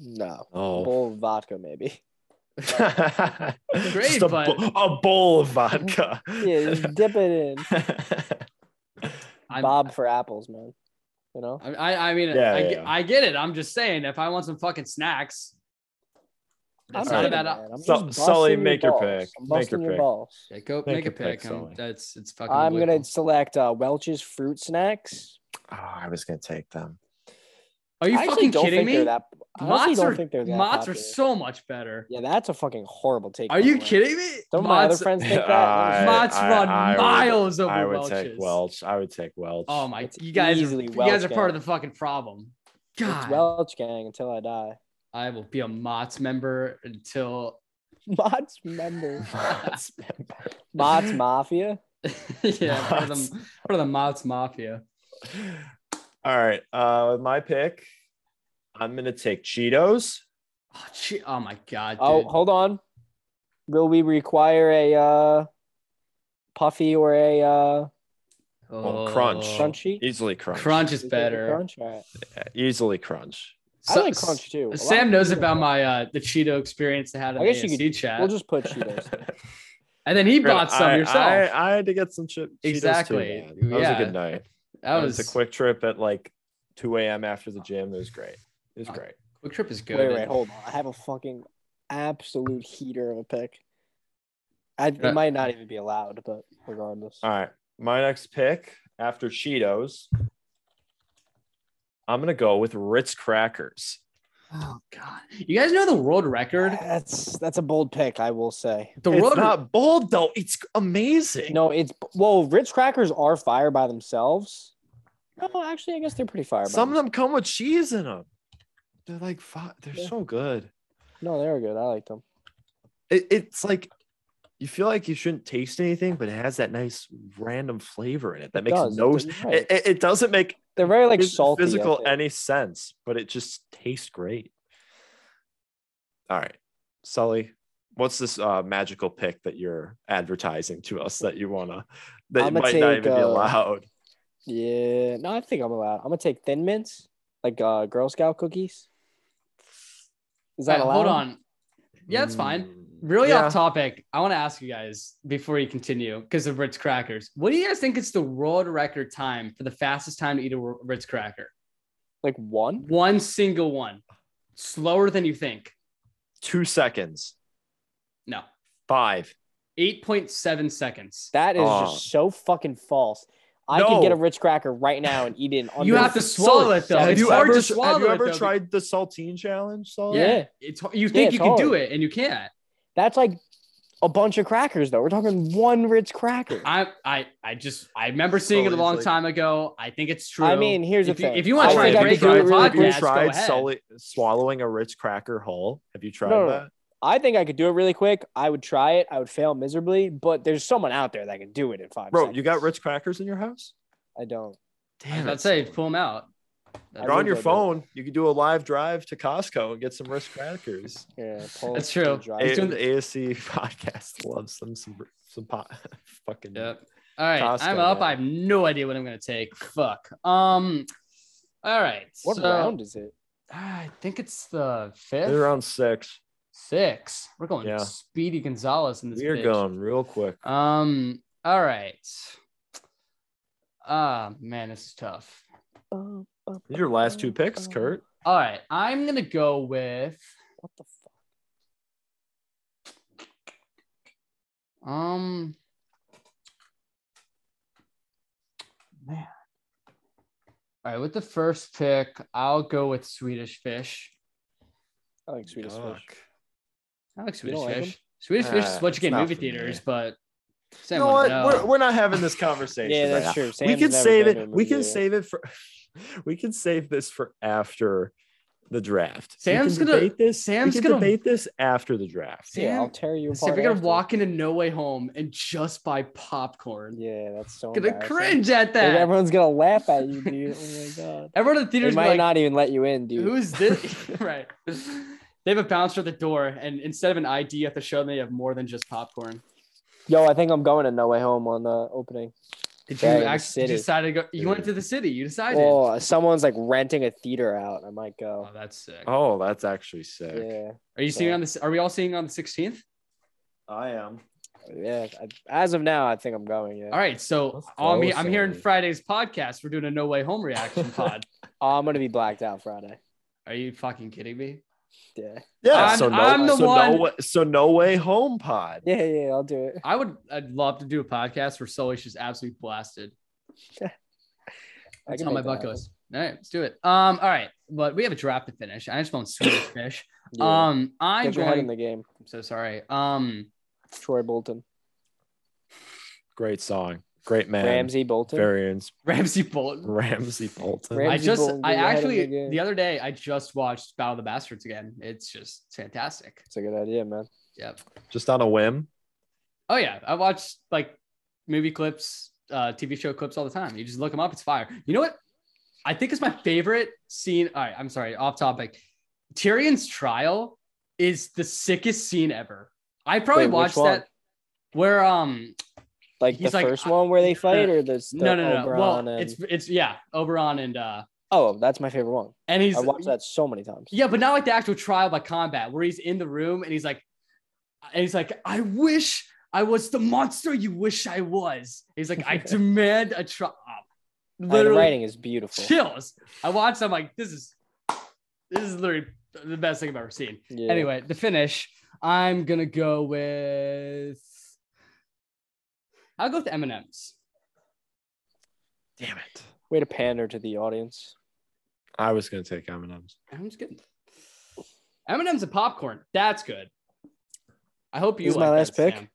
Speaker 4: No,
Speaker 5: Oh.
Speaker 4: bowl of vodka maybe.
Speaker 5: Just a,
Speaker 1: but-
Speaker 5: bo- a bowl of vodka.
Speaker 4: Yeah, just dip it in.
Speaker 1: I'm,
Speaker 4: Bob for apples, man. You know,
Speaker 1: I- I I mean
Speaker 5: Yeah,
Speaker 1: I,
Speaker 5: yeah,
Speaker 1: ge-
Speaker 5: yeah.
Speaker 1: I get it. I'm just saying if I want some fucking snacks, that's not
Speaker 5: right.
Speaker 1: a bad op-
Speaker 4: man. I'm
Speaker 5: Su-
Speaker 4: just busting
Speaker 5: Sully, make your
Speaker 4: balls.
Speaker 5: pick.
Speaker 4: I'm
Speaker 5: Make
Speaker 4: busting
Speaker 5: your
Speaker 4: your
Speaker 5: pick.
Speaker 4: balls.
Speaker 1: Yeah, go
Speaker 5: Make
Speaker 1: make, a
Speaker 5: your pick,
Speaker 1: pick. I'm-
Speaker 5: Sully.
Speaker 1: that's it's fucking.
Speaker 4: I'm gonna
Speaker 1: unbelievable.
Speaker 4: select uh, Welch's fruit snacks.
Speaker 5: Oh, I was gonna take them.
Speaker 1: Are you
Speaker 4: I actually
Speaker 1: fucking
Speaker 4: don't
Speaker 1: kidding
Speaker 4: think
Speaker 1: me?
Speaker 4: they're that- I honestly
Speaker 1: Mots
Speaker 4: don't
Speaker 1: are
Speaker 4: think they're that
Speaker 1: mots are
Speaker 4: popular.
Speaker 1: so much better.
Speaker 4: Yeah, that's a fucking horrible take.
Speaker 1: Are
Speaker 4: by the
Speaker 1: you
Speaker 4: way.
Speaker 1: kidding me?
Speaker 4: Don't my other
Speaker 1: Mott's-
Speaker 4: friends think that?
Speaker 5: I-
Speaker 1: Mott's
Speaker 5: I-
Speaker 1: run
Speaker 5: I would-
Speaker 1: miles over
Speaker 5: I would
Speaker 1: Welch's.
Speaker 5: take Welch. I would take Welch.
Speaker 1: Oh my!
Speaker 4: It's
Speaker 1: you guys, are,
Speaker 4: easily
Speaker 1: you guys are
Speaker 4: Welch
Speaker 1: part
Speaker 4: gang.
Speaker 1: of the fucking problem. God,
Speaker 4: It's Welch gang until I die.
Speaker 1: I will be a Mott's member until.
Speaker 4: Mott's member.
Speaker 5: Mott's member.
Speaker 4: Mott's Mafia.
Speaker 1: yeah, part of,
Speaker 5: Mott's.
Speaker 1: the, part of the Mott's Mafia.
Speaker 5: All right. Uh, with my pick, I'm gonna take Cheetos.
Speaker 1: Oh, gee- oh my god!
Speaker 4: Oh,
Speaker 1: dude.
Speaker 4: hold on. Will we require a uh puffy or a uh,
Speaker 5: Oh, crunch.
Speaker 4: crunchy?
Speaker 5: Easily crunch.
Speaker 1: Crunch is
Speaker 4: Is it a
Speaker 1: better.
Speaker 4: Crunch? All right.
Speaker 5: Easily crunch.
Speaker 4: I like crunch too. A lot of
Speaker 1: Sam knows
Speaker 4: people
Speaker 1: about
Speaker 4: like
Speaker 1: my uh the Cheeto experience I had in
Speaker 4: I
Speaker 1: the
Speaker 4: guess you
Speaker 1: AFC chat,
Speaker 4: that. We'll just put Cheetos.
Speaker 1: and then he bought some
Speaker 5: I,
Speaker 1: yourself.
Speaker 5: I, I had to get some shit.
Speaker 1: Exactly.
Speaker 5: That was a
Speaker 1: Yeah.
Speaker 5: good night.
Speaker 1: that was,
Speaker 5: a quick trip at like 2 a.m. after the gym. It was great. It was
Speaker 1: Uh,
Speaker 5: great.
Speaker 1: quick trip is good.
Speaker 4: wait, wait, hold on. I have a fucking absolute heater of a pick. I,
Speaker 1: Uh,
Speaker 4: it might not even be allowed, but regardless.
Speaker 5: All right. My next pick after Cheetos, I'm going to go with Ritz crackers.
Speaker 1: Oh god, you guys know the world record.
Speaker 4: That's that's a bold pick, I will say.
Speaker 1: The
Speaker 5: it's
Speaker 1: world
Speaker 5: not bold though. It's amazing.
Speaker 4: No, it's well, Ritz crackers are fire by themselves. No, actually, I guess they're pretty fire. by
Speaker 5: Some of them come with cheese in them. They're like, fi- they're
Speaker 4: Yeah.
Speaker 5: so good.
Speaker 4: themselves. No, they were good. I liked them.
Speaker 5: It, it's like you feel like you shouldn't taste anything, but it has that nice random flavor in it that
Speaker 4: It
Speaker 5: makes
Speaker 4: does, it
Speaker 5: no.
Speaker 4: does,
Speaker 5: s-
Speaker 4: you're right.
Speaker 5: It, it, it doesn't make
Speaker 4: They're very like
Speaker 5: phys-
Speaker 4: salty. I
Speaker 5: physical
Speaker 4: think.
Speaker 5: any sense, but it just tastes great. All right, Sully, what's this uh, magical pick that you're advertising to us that you wanna that
Speaker 4: I'ma
Speaker 5: you might not
Speaker 4: take,
Speaker 5: even be
Speaker 4: uh,
Speaker 5: allowed?
Speaker 4: Yeah, no, I think I'm allowed. I'm gonna take Thin Mints, like uh, Girl Scout cookies. Is
Speaker 1: Alright,
Speaker 4: that allowed? Hmm.
Speaker 1: hold on. Yeah, it's fine.
Speaker 5: Mm,
Speaker 1: Really
Speaker 5: yeah.
Speaker 1: off topic. I want to ask you guys before you continue because of Ritz crackers. What do you guys think is the world record time for the fastest time to eat a Wor- Ritz cracker?
Speaker 4: Like one?
Speaker 1: One single one. Slower than you think.
Speaker 5: Two seconds,
Speaker 1: No.
Speaker 5: five.
Speaker 1: 8.7 seconds.
Speaker 4: That is
Speaker 5: Oh.
Speaker 4: just so fucking false. I could get a
Speaker 5: No.
Speaker 4: Ritz cracker right now and eat it. In under
Speaker 1: You have to swallow it, though.
Speaker 4: seven
Speaker 5: Have you
Speaker 1: hard
Speaker 5: ever
Speaker 1: to
Speaker 5: have
Speaker 1: swallow
Speaker 5: you
Speaker 1: it,
Speaker 5: ever
Speaker 1: though,
Speaker 5: tried the saltine challenge, Sully?
Speaker 1: yeah.
Speaker 4: yeah.
Speaker 1: It's you think
Speaker 4: it's
Speaker 1: you can do
Speaker 4: hard.
Speaker 1: it and you can't.
Speaker 4: That's like a bunch of crackers, though. We're talking one Ritz cracker.
Speaker 1: I I I just I remember seeing it a
Speaker 5: Sully's
Speaker 1: long
Speaker 5: like-
Speaker 1: time ago. I think it's true.
Speaker 4: I mean, here's the
Speaker 1: if you,
Speaker 4: thing.
Speaker 1: If you want
Speaker 4: I
Speaker 1: to try
Speaker 4: think
Speaker 1: and
Speaker 4: I
Speaker 1: break
Speaker 4: could
Speaker 1: our
Speaker 4: do it really
Speaker 5: have you
Speaker 1: podcast, go
Speaker 5: tried
Speaker 1: ahead.
Speaker 5: Sully, swallowing a Ritz cracker whole? Have you tried
Speaker 4: No, no, no.
Speaker 5: that?
Speaker 4: I think I could do it really quick. I would try it. I would fail miserably, but there's someone out there that can do it in five
Speaker 5: Bro,
Speaker 4: seconds.
Speaker 5: you got Ritz crackers in your house?
Speaker 4: I don't.
Speaker 1: I was about
Speaker 5: it,
Speaker 1: to say
Speaker 5: Sully.
Speaker 1: pull them out.
Speaker 5: You're on
Speaker 4: would
Speaker 5: your
Speaker 4: go do it.
Speaker 5: phone. You could do a live drive to Costco and get some Ritz crackers.
Speaker 4: Yeah, Paul
Speaker 1: That's
Speaker 4: can
Speaker 1: true.
Speaker 4: drive.
Speaker 5: A-
Speaker 1: It's doing
Speaker 5: the ASC podcast loves them some some pot, fucking.
Speaker 1: Yep. All right,
Speaker 5: Costco,
Speaker 1: I'm up.
Speaker 5: man.
Speaker 1: I have no idea what I'm gonna take. Fuck. Um. All right.
Speaker 4: What
Speaker 1: so, ah,
Speaker 4: round is it?
Speaker 1: I think it's the fifth,
Speaker 5: They're on six.
Speaker 1: six. We're going
Speaker 5: Yeah.
Speaker 1: Speedy Gonzalez in this.
Speaker 5: We are
Speaker 1: bitch.
Speaker 5: going real quick.
Speaker 1: Um. All right. Ah man, this is tough.
Speaker 4: Um, um,
Speaker 5: These are Your last two picks,
Speaker 4: um,
Speaker 5: Kurt.
Speaker 1: All right, I'm gonna go with
Speaker 4: What the fuck?
Speaker 1: um. Man. All right, with the first pick, I'll go with Swedish Fish.
Speaker 4: I like Swedish fish.
Speaker 5: Fuck.
Speaker 1: I like
Speaker 4: You
Speaker 1: Swedish
Speaker 4: don't like
Speaker 1: fish. Swedish fish is
Speaker 5: Ah,
Speaker 1: what you get in
Speaker 5: it's not
Speaker 1: movie
Speaker 5: for me.
Speaker 1: theaters, but
Speaker 5: You
Speaker 1: Sam
Speaker 5: know
Speaker 1: would
Speaker 5: what?
Speaker 1: know.
Speaker 5: We're, we're not having this conversation.
Speaker 4: Yeah,
Speaker 5: right
Speaker 4: that's true.
Speaker 5: now. "Ah, We
Speaker 4: Sam's
Speaker 5: can
Speaker 4: never
Speaker 5: save
Speaker 4: been to a
Speaker 5: it. We
Speaker 4: movie
Speaker 5: can
Speaker 4: theater.
Speaker 5: save it for. We can save this for after the draft. We
Speaker 1: Sam's
Speaker 5: can
Speaker 1: gonna-
Speaker 5: debate this.
Speaker 1: Sam's
Speaker 5: we can
Speaker 1: gonna-
Speaker 5: debate this after the draft.
Speaker 1: Sam,
Speaker 4: Yeah, I'll tear you
Speaker 1: Sam,
Speaker 4: apart.
Speaker 1: you're gonna
Speaker 4: after.
Speaker 1: walk into No Way Home and just buy popcorn.
Speaker 4: Yeah, that's so.
Speaker 1: gonna
Speaker 4: embarrassing.
Speaker 1: cringe at
Speaker 4: Like,
Speaker 1: that. everyone,
Speaker 4: everyone's gonna laugh at you, dude. Oh my god.
Speaker 1: in the
Speaker 4: They
Speaker 1: theaters be
Speaker 4: might
Speaker 1: like,
Speaker 4: not even let you in, dude.
Speaker 1: "Who's this?" right. They have a bouncer at the door, and instead of an ID, you have to show them you have more than just popcorn.
Speaker 4: Yo, I think I'm going to No Way Home on the opening.
Speaker 1: Did you
Speaker 4: Yeah, in the
Speaker 1: actually
Speaker 4: city.
Speaker 1: decide to go? You went to the city. You decided. Oh,
Speaker 4: Oh, someone's like renting a theater out. I might go.
Speaker 1: that's sick.
Speaker 5: Oh, that's actually sick.
Speaker 4: Yeah,
Speaker 1: Are you seeing on this? Are we all seeing on the 16th?
Speaker 5: I am.
Speaker 4: yeah. I, as of now, I think I'm going. Yeah.
Speaker 1: All right, so
Speaker 5: Let's
Speaker 1: I'm,
Speaker 5: go,
Speaker 1: he- I'm here in
Speaker 5: Sammy.
Speaker 1: Friday's podcast. We're doing a No Way Home reaction pod.
Speaker 4: Oh, I'm gonna be blacked out Friday.
Speaker 1: Are you fucking kidding me?
Speaker 4: Yeah.
Speaker 5: Yeah,
Speaker 1: I'm-
Speaker 5: so no,
Speaker 1: I'm the
Speaker 5: so no,
Speaker 1: one-
Speaker 5: wa- so no way home pod.
Speaker 4: Yeah, yeah. I'll do it.
Speaker 1: I would. I'd love to do a podcast where Sully's just absolutely blasted.
Speaker 4: I
Speaker 1: That's
Speaker 4: can
Speaker 1: on my
Speaker 4: make that
Speaker 1: bucket
Speaker 4: happen.
Speaker 1: list. All right, let's do it. Um, all right, but we have a draft to finish. I just want Swedish fish.
Speaker 4: Yeah.
Speaker 1: Um, I'm
Speaker 4: Get your head in
Speaker 1: going.
Speaker 4: the game,
Speaker 1: I'm so sorry. Um,
Speaker 4: Troy Bolton,
Speaker 5: Great song, great man.
Speaker 4: Ramsey Bolton.
Speaker 5: very ins-
Speaker 1: Ramsey Bolton.
Speaker 5: Ramsey Bolton.
Speaker 4: Ram-
Speaker 1: I
Speaker 4: Ramsey
Speaker 1: just.
Speaker 4: Bolton,
Speaker 1: I
Speaker 4: get your head in
Speaker 1: actually
Speaker 4: the game.
Speaker 1: the other day I just watched Battle of the Bastards again. It's just fantastic.
Speaker 4: It's a good idea, man.
Speaker 1: Yep.
Speaker 5: just on a whim.
Speaker 1: Oh yeah, I watch like movie clips, uh, TV show clips all the time. You just look them up; it's fire. You know what? I think it's my favorite scene. All right, I'm sorry, off topic. Tyrion's trial is the sickest scene ever. I probably
Speaker 4: Wait, which
Speaker 1: watched
Speaker 4: one?
Speaker 1: that where um
Speaker 4: Like
Speaker 1: He's
Speaker 4: the
Speaker 1: like,
Speaker 4: first
Speaker 1: I-
Speaker 4: one where they fight, or this the
Speaker 1: No, no, no. no.
Speaker 4: Oberon
Speaker 1: Well,
Speaker 4: and-
Speaker 1: it's it's yeah, Oberon and uh,
Speaker 4: oh, that's my favorite one.
Speaker 1: and he's
Speaker 4: I watched that so many times.
Speaker 1: yeah, but not like the actual trial by combat where he's in the room and he's like, and he's like, I wish I was the monster you wish I was. He's like, I demand a trial. Oh,
Speaker 4: And the
Speaker 1: Literally
Speaker 4: writing is beautiful.
Speaker 1: chills. I watched. I'm like, this is this is literally the best thing I've ever seen.
Speaker 4: Yeah.
Speaker 1: Anyway, the finish, I'm gonna go with. I'll go with the M&Ms.
Speaker 5: Damn it.
Speaker 4: way to pander to the audience.
Speaker 5: I was gonna take M&M's.
Speaker 1: M&Ms good. M&Ms and popcorn. That's good. I hope you.
Speaker 4: This is
Speaker 1: like
Speaker 4: my last
Speaker 1: that,
Speaker 4: pick?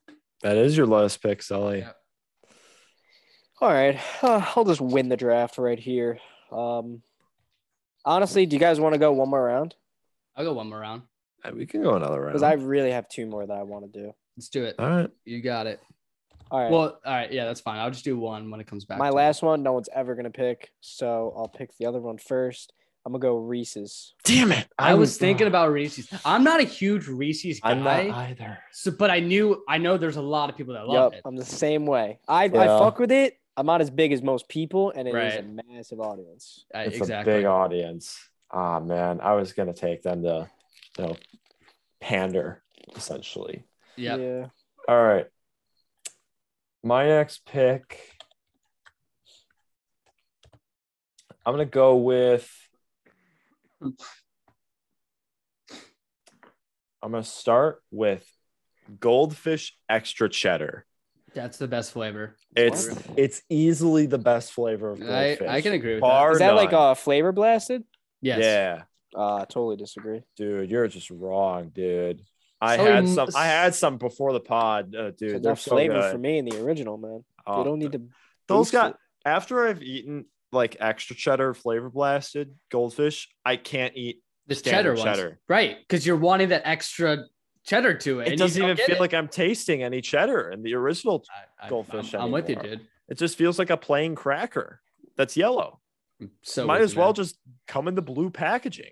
Speaker 1: Sam.
Speaker 5: That is your last pick, Sully.
Speaker 1: Yeah.
Speaker 4: All right, uh, I'll just win the draft right here. Um, honestly, do you guys want to go one more round?
Speaker 1: I'll go one more round.
Speaker 5: Uh, We can go another round.
Speaker 4: Because I really have two more that I want to do.
Speaker 1: Let's do it.
Speaker 5: All right.
Speaker 1: You got it.
Speaker 4: All right.
Speaker 1: Well, all right. Yeah, that's fine. I'll just do one when it comes back.
Speaker 4: my
Speaker 1: to me.
Speaker 4: last one, no one's ever gonna pick, so I'll pick the other one first. I'm gonna go Reese's.
Speaker 5: Damn it.
Speaker 1: I was thinking about Reese's. I'm not a huge Reese's guy,
Speaker 5: I'm not either.
Speaker 1: so, but I knew I know there's a lot of people that
Speaker 4: Yep,
Speaker 1: love it.
Speaker 4: I'm the same way. I, I
Speaker 5: Yeah.
Speaker 4: fuck with it. I'm not as big as most people, and it is a
Speaker 1: Right.
Speaker 4: massive audience.
Speaker 1: Uh,
Speaker 5: It's
Speaker 1: exactly.
Speaker 5: a big audience. Ah man, I was gonna take them to you know pander essentially.
Speaker 1: Yep.
Speaker 4: Yeah.
Speaker 5: All right. My next pick. I'm gonna go with. I'm gonna start with goldfish extra cheddar.
Speaker 1: That's the best flavor.
Speaker 5: It's it's easily the best flavor of
Speaker 1: I,
Speaker 5: goldfish.
Speaker 1: I can agree with
Speaker 5: Bar
Speaker 1: that.
Speaker 4: Is that like
Speaker 5: none.
Speaker 4: a flavor blasted?
Speaker 1: Yes.
Speaker 5: Yeah,
Speaker 4: Uh, I totally disagree.
Speaker 5: dude, you're just wrong, dude. I
Speaker 1: So
Speaker 5: had
Speaker 1: m-
Speaker 5: some. I had some before the pod, uh, dude.
Speaker 4: It's
Speaker 5: they're
Speaker 4: enough
Speaker 5: so
Speaker 4: flavor
Speaker 5: good.
Speaker 4: for me in the original, man.
Speaker 5: Oh,
Speaker 4: they don't need to.
Speaker 5: those
Speaker 4: boost
Speaker 5: got
Speaker 4: it.
Speaker 5: after I've eaten like extra cheddar flavor blasted goldfish, I can't eat.
Speaker 1: The cheddar
Speaker 5: Standard
Speaker 1: ones.
Speaker 5: cheddar.
Speaker 1: Right. Because you're wanting that extra cheddar to it.
Speaker 5: It
Speaker 1: and you
Speaker 5: doesn't
Speaker 1: don't
Speaker 5: even
Speaker 1: get
Speaker 5: feel
Speaker 1: it.
Speaker 5: like I'm tasting any cheddar in the original.
Speaker 1: I, I,
Speaker 5: goldfish
Speaker 1: I'm, I'm with you,
Speaker 5: anymore.
Speaker 1: dude.
Speaker 5: It just feels like a plain cracker that's yellow.
Speaker 1: I'm so
Speaker 5: Might
Speaker 1: with
Speaker 5: as
Speaker 1: you,
Speaker 5: well
Speaker 1: man.
Speaker 5: just come in the blue packaging,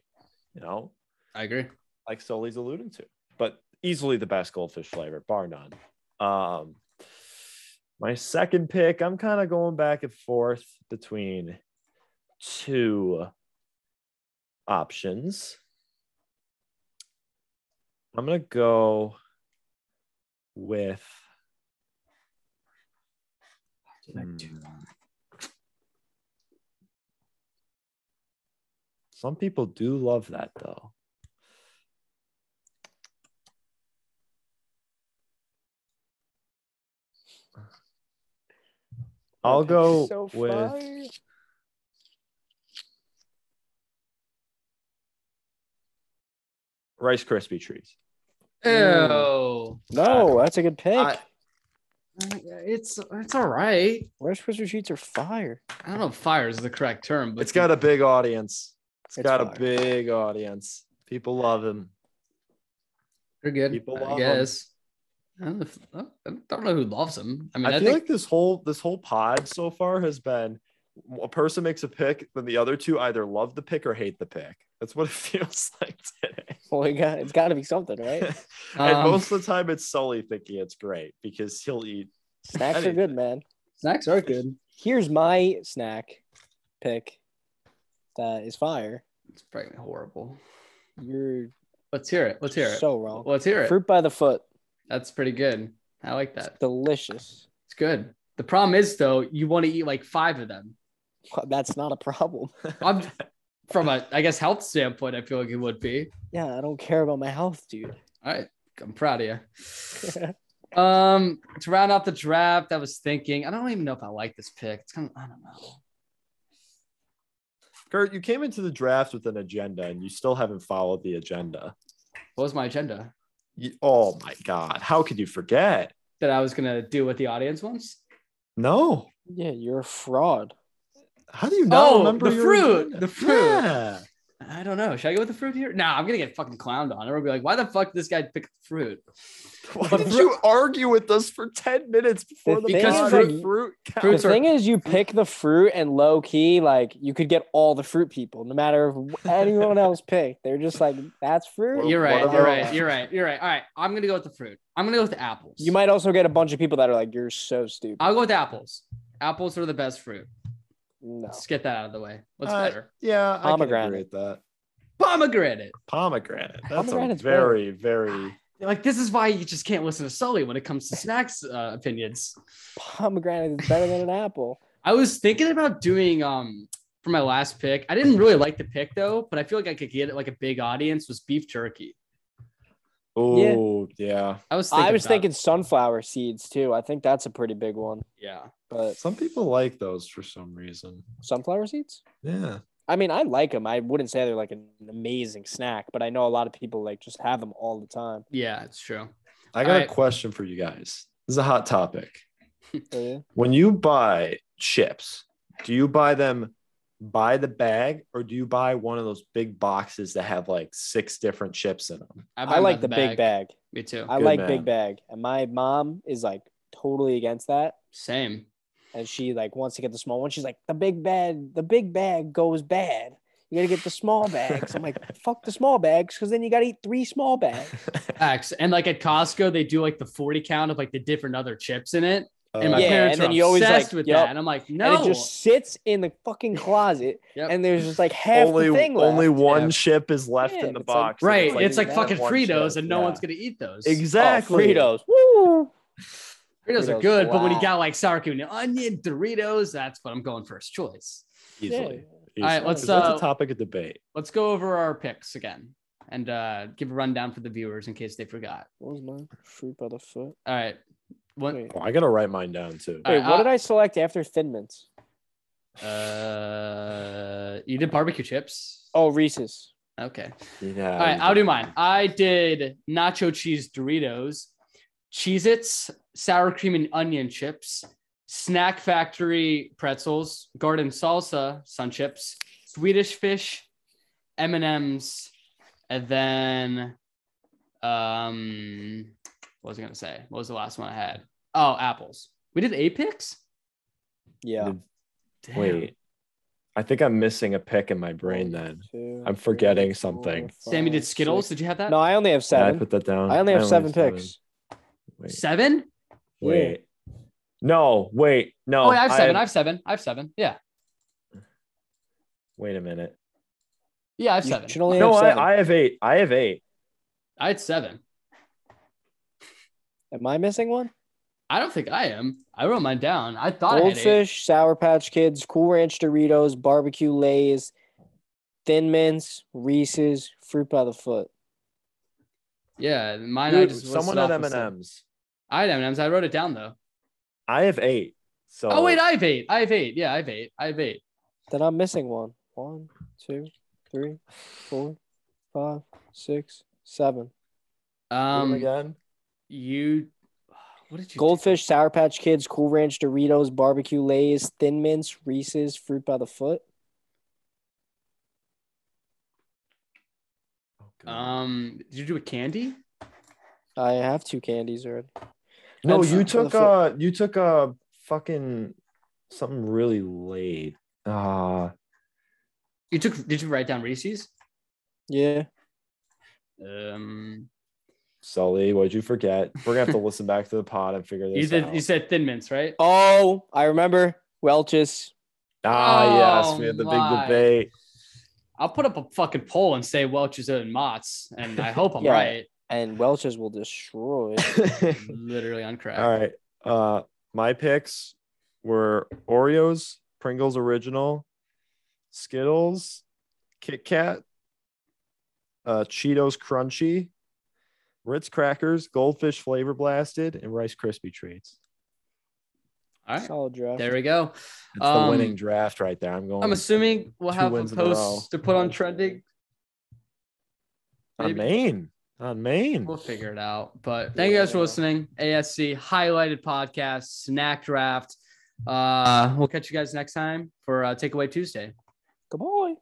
Speaker 5: you know,
Speaker 1: I agree.
Speaker 5: like Sully's alluding to. But easily the best goldfish flavor, bar none. Um, my second pick, I'm kind of going back and forth between two options. I'm gonna go with. Hmm. Some people do love that though. I'll
Speaker 4: That's
Speaker 5: go
Speaker 4: so
Speaker 5: with.
Speaker 4: fire.
Speaker 5: Rice Krispie treats.
Speaker 1: Ew.
Speaker 4: No, that's a good pick.
Speaker 5: I-
Speaker 1: It's it's all right.
Speaker 4: Rice Krispie treats are fire.
Speaker 1: I don't know if fire is the correct term, but
Speaker 5: It's got a big audience. it's
Speaker 4: It's
Speaker 5: got
Speaker 4: fire.
Speaker 5: a big audience. People love them.
Speaker 1: they're good.
Speaker 5: people love
Speaker 1: I
Speaker 5: 'em.
Speaker 1: guess. I don't know if- I don't know who loves them. I mean,
Speaker 5: I,
Speaker 1: I,
Speaker 5: feel
Speaker 1: think
Speaker 5: like this whole this whole pod so far has been a person makes a pick, then the other two either love the pick or hate the pick. That's what it feels like today.
Speaker 4: Well, it got, it's got to be something, right?
Speaker 5: and
Speaker 1: Um,
Speaker 5: most of the time, it's Sully thinking it's great because he'll eat.
Speaker 4: Snacks are good, man.
Speaker 1: snacks are good.
Speaker 4: Here's my snack pick that is fire.
Speaker 1: It's probably horrible.
Speaker 4: You're
Speaker 1: Let's hear it. Let's hear it.
Speaker 4: so wrong.
Speaker 1: Let's hear it.
Speaker 4: Fruit by the foot.
Speaker 1: That's pretty good. I like
Speaker 4: It's
Speaker 1: that.
Speaker 4: delicious.
Speaker 1: It's good. The problem is though, you want to eat like five of them.
Speaker 4: That's not a problem.
Speaker 1: I'm from a I guess health standpoint, I feel like it would be.
Speaker 4: Yeah, I don't care about my health, dude.
Speaker 1: All right. I'm proud of you. um to round out the draft, I was thinking, I don't even know if I like this pick. It's kind of I don't know.
Speaker 5: Kurt, you came into the draft with an agenda, and you still haven't followed the agenda.
Speaker 1: What was my agenda?
Speaker 5: You- oh my god, how could you forget?
Speaker 1: That I was gonna do what the audience wants?
Speaker 5: No,
Speaker 4: Yeah, you're a fraud.
Speaker 5: how do you not
Speaker 1: Oh,
Speaker 5: remember
Speaker 1: the
Speaker 5: your
Speaker 1: fruit,
Speaker 5: agenda?
Speaker 1: the fruit.
Speaker 5: Yeah.
Speaker 1: I don't know. Should I go with the fruit here? Nah, I'm gonna get fucking clowned on. Everyone will be like, why the fuck did this guy pick fruit?
Speaker 5: Why
Speaker 1: But
Speaker 5: did
Speaker 1: fru-
Speaker 5: you argue with us for 10 minutes before the
Speaker 4: Because
Speaker 5: because fruit
Speaker 4: fruit-
Speaker 1: fruit-
Speaker 5: counts?
Speaker 1: Fruits
Speaker 4: the
Speaker 1: are-
Speaker 4: thing is, you pick the fruit and low key, like you could get all the fruit people, no matter if anyone else picked. They're just like, that's fruit.
Speaker 5: Well,
Speaker 1: You're right.
Speaker 5: what
Speaker 1: You're
Speaker 5: about-
Speaker 1: right. You're right. You're right. All right. I'm gonna go with the fruit. I'm gonna go with the apples.
Speaker 4: You might also get a bunch of people that are like, you're so stupid.
Speaker 1: I'll go with apples. Apples are the best fruit.
Speaker 4: no.
Speaker 1: Let's get that out of the way. What's
Speaker 5: Uh,
Speaker 1: better?
Speaker 5: Yeah, I can
Speaker 4: Pomegranate.
Speaker 5: agree with that.
Speaker 1: Pomegranate.
Speaker 5: Pomegranate. That's a
Speaker 4: Pomegranate's
Speaker 5: very, very
Speaker 1: Like this is why you just can't listen to Sully when it comes to snacks uh, opinions.
Speaker 4: Pomegranate is better than an apple.
Speaker 1: I was thinking about doing um for my last pick. I didn't really like the pick though, but I feel like I could get it like a big audience was beef jerky.
Speaker 5: oh yeah.
Speaker 1: I was thinking
Speaker 4: I was
Speaker 1: about-
Speaker 4: thinking sunflower seeds too. I think that's a pretty big one.
Speaker 1: yeah.
Speaker 4: But
Speaker 5: Some people like those for some reason.
Speaker 4: sunflower seeds?
Speaker 5: Yeah.
Speaker 4: I mean, I like them. I wouldn't say they're like an amazing snack, but I know a lot of people like just have them all the time.
Speaker 1: Yeah, it's true.
Speaker 5: I got a
Speaker 1: Alright.
Speaker 5: question for you guys. This is a hot topic. Oh,
Speaker 4: So, yeah.
Speaker 5: When you buy chips, do you buy them by the bag or do you buy one of those big boxes that have like six different chips in them?
Speaker 1: buy
Speaker 4: I
Speaker 1: them
Speaker 4: like
Speaker 1: out
Speaker 4: the big bag.
Speaker 1: Me too.
Speaker 4: I
Speaker 5: Good
Speaker 4: like
Speaker 5: man.
Speaker 4: big bag. And my mom is like totally against that.
Speaker 1: Same.
Speaker 4: and she like wants to get the small one. She's like, the big bag, the big bag goes bad. You gotta get the small bags. I'm like, fuck the small bags, because then you gotta eat three small bags.
Speaker 1: Facts. And like at Costco, they do like the 40 count of like the different other chips in it.
Speaker 5: Uh,
Speaker 1: And my
Speaker 4: Yeah,
Speaker 1: parents
Speaker 4: and then
Speaker 1: are
Speaker 4: you always,
Speaker 1: obsessed
Speaker 4: like,
Speaker 1: with
Speaker 4: yup.
Speaker 1: that. And I'm like,
Speaker 4: And
Speaker 1: no.
Speaker 4: it just sits in the fucking closet,
Speaker 1: Yep.
Speaker 4: and there's just like half
Speaker 5: only
Speaker 4: the thing left.
Speaker 5: only one
Speaker 1: Yeah.
Speaker 5: chip is left
Speaker 4: Yeah,
Speaker 5: in the
Speaker 4: it's like-
Speaker 5: box.
Speaker 1: right.
Speaker 4: it's like
Speaker 1: It's like,
Speaker 4: that
Speaker 1: fucking
Speaker 5: one
Speaker 1: Fritos,
Speaker 5: chip,
Speaker 1: and no
Speaker 5: yeah.
Speaker 1: one's gonna eat those.
Speaker 4: Oh,
Speaker 5: Exactly.
Speaker 4: Fritos. Woo!
Speaker 1: Fritos, are
Speaker 4: Fritos,
Speaker 1: good, but when you
Speaker 4: wow.
Speaker 1: got like sour cream and onion, Doritos, that's what I'm going first choice.
Speaker 5: Easily.
Speaker 1: Yeah. Alright, let's,
Speaker 5: That's
Speaker 1: uh,
Speaker 5: a topic of debate.
Speaker 1: Let's go over our picks again and uh give a rundown for the viewers in case they forgot.
Speaker 4: What was mine? Fruit by the foot.
Speaker 1: All right. One
Speaker 4: Wait,
Speaker 5: Oh, I gotta write mine down too.
Speaker 1: All
Speaker 4: wait,
Speaker 1: right,
Speaker 4: what
Speaker 1: I-
Speaker 4: did I select after Thin Mints?
Speaker 1: uh you did barbecue chips.
Speaker 4: Oh, Reese's.
Speaker 1: Okay.
Speaker 5: Yeah.
Speaker 1: All right, I'll do mine. I did nacho cheese Doritos, Cheez Its, sour cream and onion chips, Snack Factory pretzels, garden salsa, sun chips, Swedish fish, M&Ms, and then um what was I going to say? What was the last one I had? Oh, apples. We did Apex?
Speaker 4: Yeah.
Speaker 1: Damn.
Speaker 5: Wait. I think I'm missing a pick in my brain
Speaker 4: One,
Speaker 5: then.
Speaker 4: two,
Speaker 5: I'm forgetting
Speaker 4: three,
Speaker 5: something.
Speaker 4: four,
Speaker 1: Sammy did
Speaker 4: five,
Speaker 1: Skittles.
Speaker 4: six.
Speaker 1: Did you have that?
Speaker 4: Oh, No, I only have
Speaker 5: Yeah, I
Speaker 4: seven.
Speaker 5: put that down.
Speaker 4: I only have seven
Speaker 5: seven.
Speaker 4: picks.
Speaker 5: Wait.
Speaker 1: Seven?
Speaker 4: Yeah.
Speaker 5: Wait. No, wait. No.
Speaker 1: Oh, wait, I have seven. I
Speaker 5: had-
Speaker 1: have seven. I have seven. Yeah. Wait.
Speaker 5: Wait a minute.
Speaker 1: Yeah, I have
Speaker 4: You
Speaker 1: seven.
Speaker 4: should only
Speaker 5: no,
Speaker 4: have seven.
Speaker 5: I, I have eight. I have eight.
Speaker 1: I had seven.
Speaker 4: Am I missing one?
Speaker 1: I don't think I am. I wrote mine down. I thought I had eight.
Speaker 4: Goldfish, Sour Patch Kids, Cool Ranch Doritos, Barbecue Lays, Thin Mints, Reese's, Fruit by the Foot.
Speaker 1: Yeah, mine. I
Speaker 5: Dude,
Speaker 1: just
Speaker 5: someone
Speaker 1: listed off
Speaker 5: had M
Speaker 1: as
Speaker 5: and
Speaker 1: the-
Speaker 5: M's.
Speaker 1: I had M Ms. I wrote it down though.
Speaker 5: I have eight. So.
Speaker 1: Oh wait, I have eight. I have eight. Yeah, I have eight. I have eight.
Speaker 4: Then I'm missing one. One, two, three, four, five, six, seven.
Speaker 5: Um,
Speaker 1: Um,
Speaker 5: again.
Speaker 1: you. What did you? do?
Speaker 4: Goldfish, Sour Patch Kids, Cool Ranch Doritos, Barbecue Lays, Thin Mints, Reese's, Fruit by the Foot.
Speaker 5: Oh,
Speaker 1: Um, did you do a candy?
Speaker 4: I have two candies already.
Speaker 5: no,
Speaker 4: that's-
Speaker 5: you
Speaker 4: for the
Speaker 5: took
Speaker 4: foot.
Speaker 5: uh you took a fucking something really late. Uh
Speaker 1: You took? Did you write down Reese's?
Speaker 4: Yeah.
Speaker 1: Um,
Speaker 5: Sully, what'd you forget? We're gonna have to listen back to the pod and figure this
Speaker 1: you did.
Speaker 5: out.
Speaker 1: You said Thin Mints, right?
Speaker 4: Oh, I remember. Welch's.
Speaker 5: ah, yes,
Speaker 1: Oh
Speaker 5: we had the
Speaker 1: my.
Speaker 5: big debate.
Speaker 1: I'll put up a fucking poll and say Welch's and Mott's, and I hope I'm
Speaker 4: Yeah.
Speaker 1: right.
Speaker 4: And Welch's will destroy.
Speaker 1: Literally on crack.
Speaker 5: All right. Uh my picks were Oreos, Pringles Original, Skittles, Kit Kat, uh Cheetos Crunchy, Ritz crackers, Goldfish Flavor Blasted, and Rice Krispie treats.
Speaker 1: All right.
Speaker 4: Solid draft.
Speaker 1: There we go.
Speaker 5: It's the winning
Speaker 1: Um,
Speaker 5: draft right there. I'm going
Speaker 1: I'm assuming we'll
Speaker 5: Two
Speaker 1: have a
Speaker 5: wins in a row.
Speaker 1: post to put on trending.
Speaker 5: on
Speaker 1: maybe-
Speaker 5: Maine. On Maine.
Speaker 1: We'll figure it out. But thank you guys for
Speaker 4: Yeah.
Speaker 1: listening. ASC highlighted podcast, snack draft. Uh, we'll catch you guys next time for uh, Takeaway Tuesday.
Speaker 4: Good boy.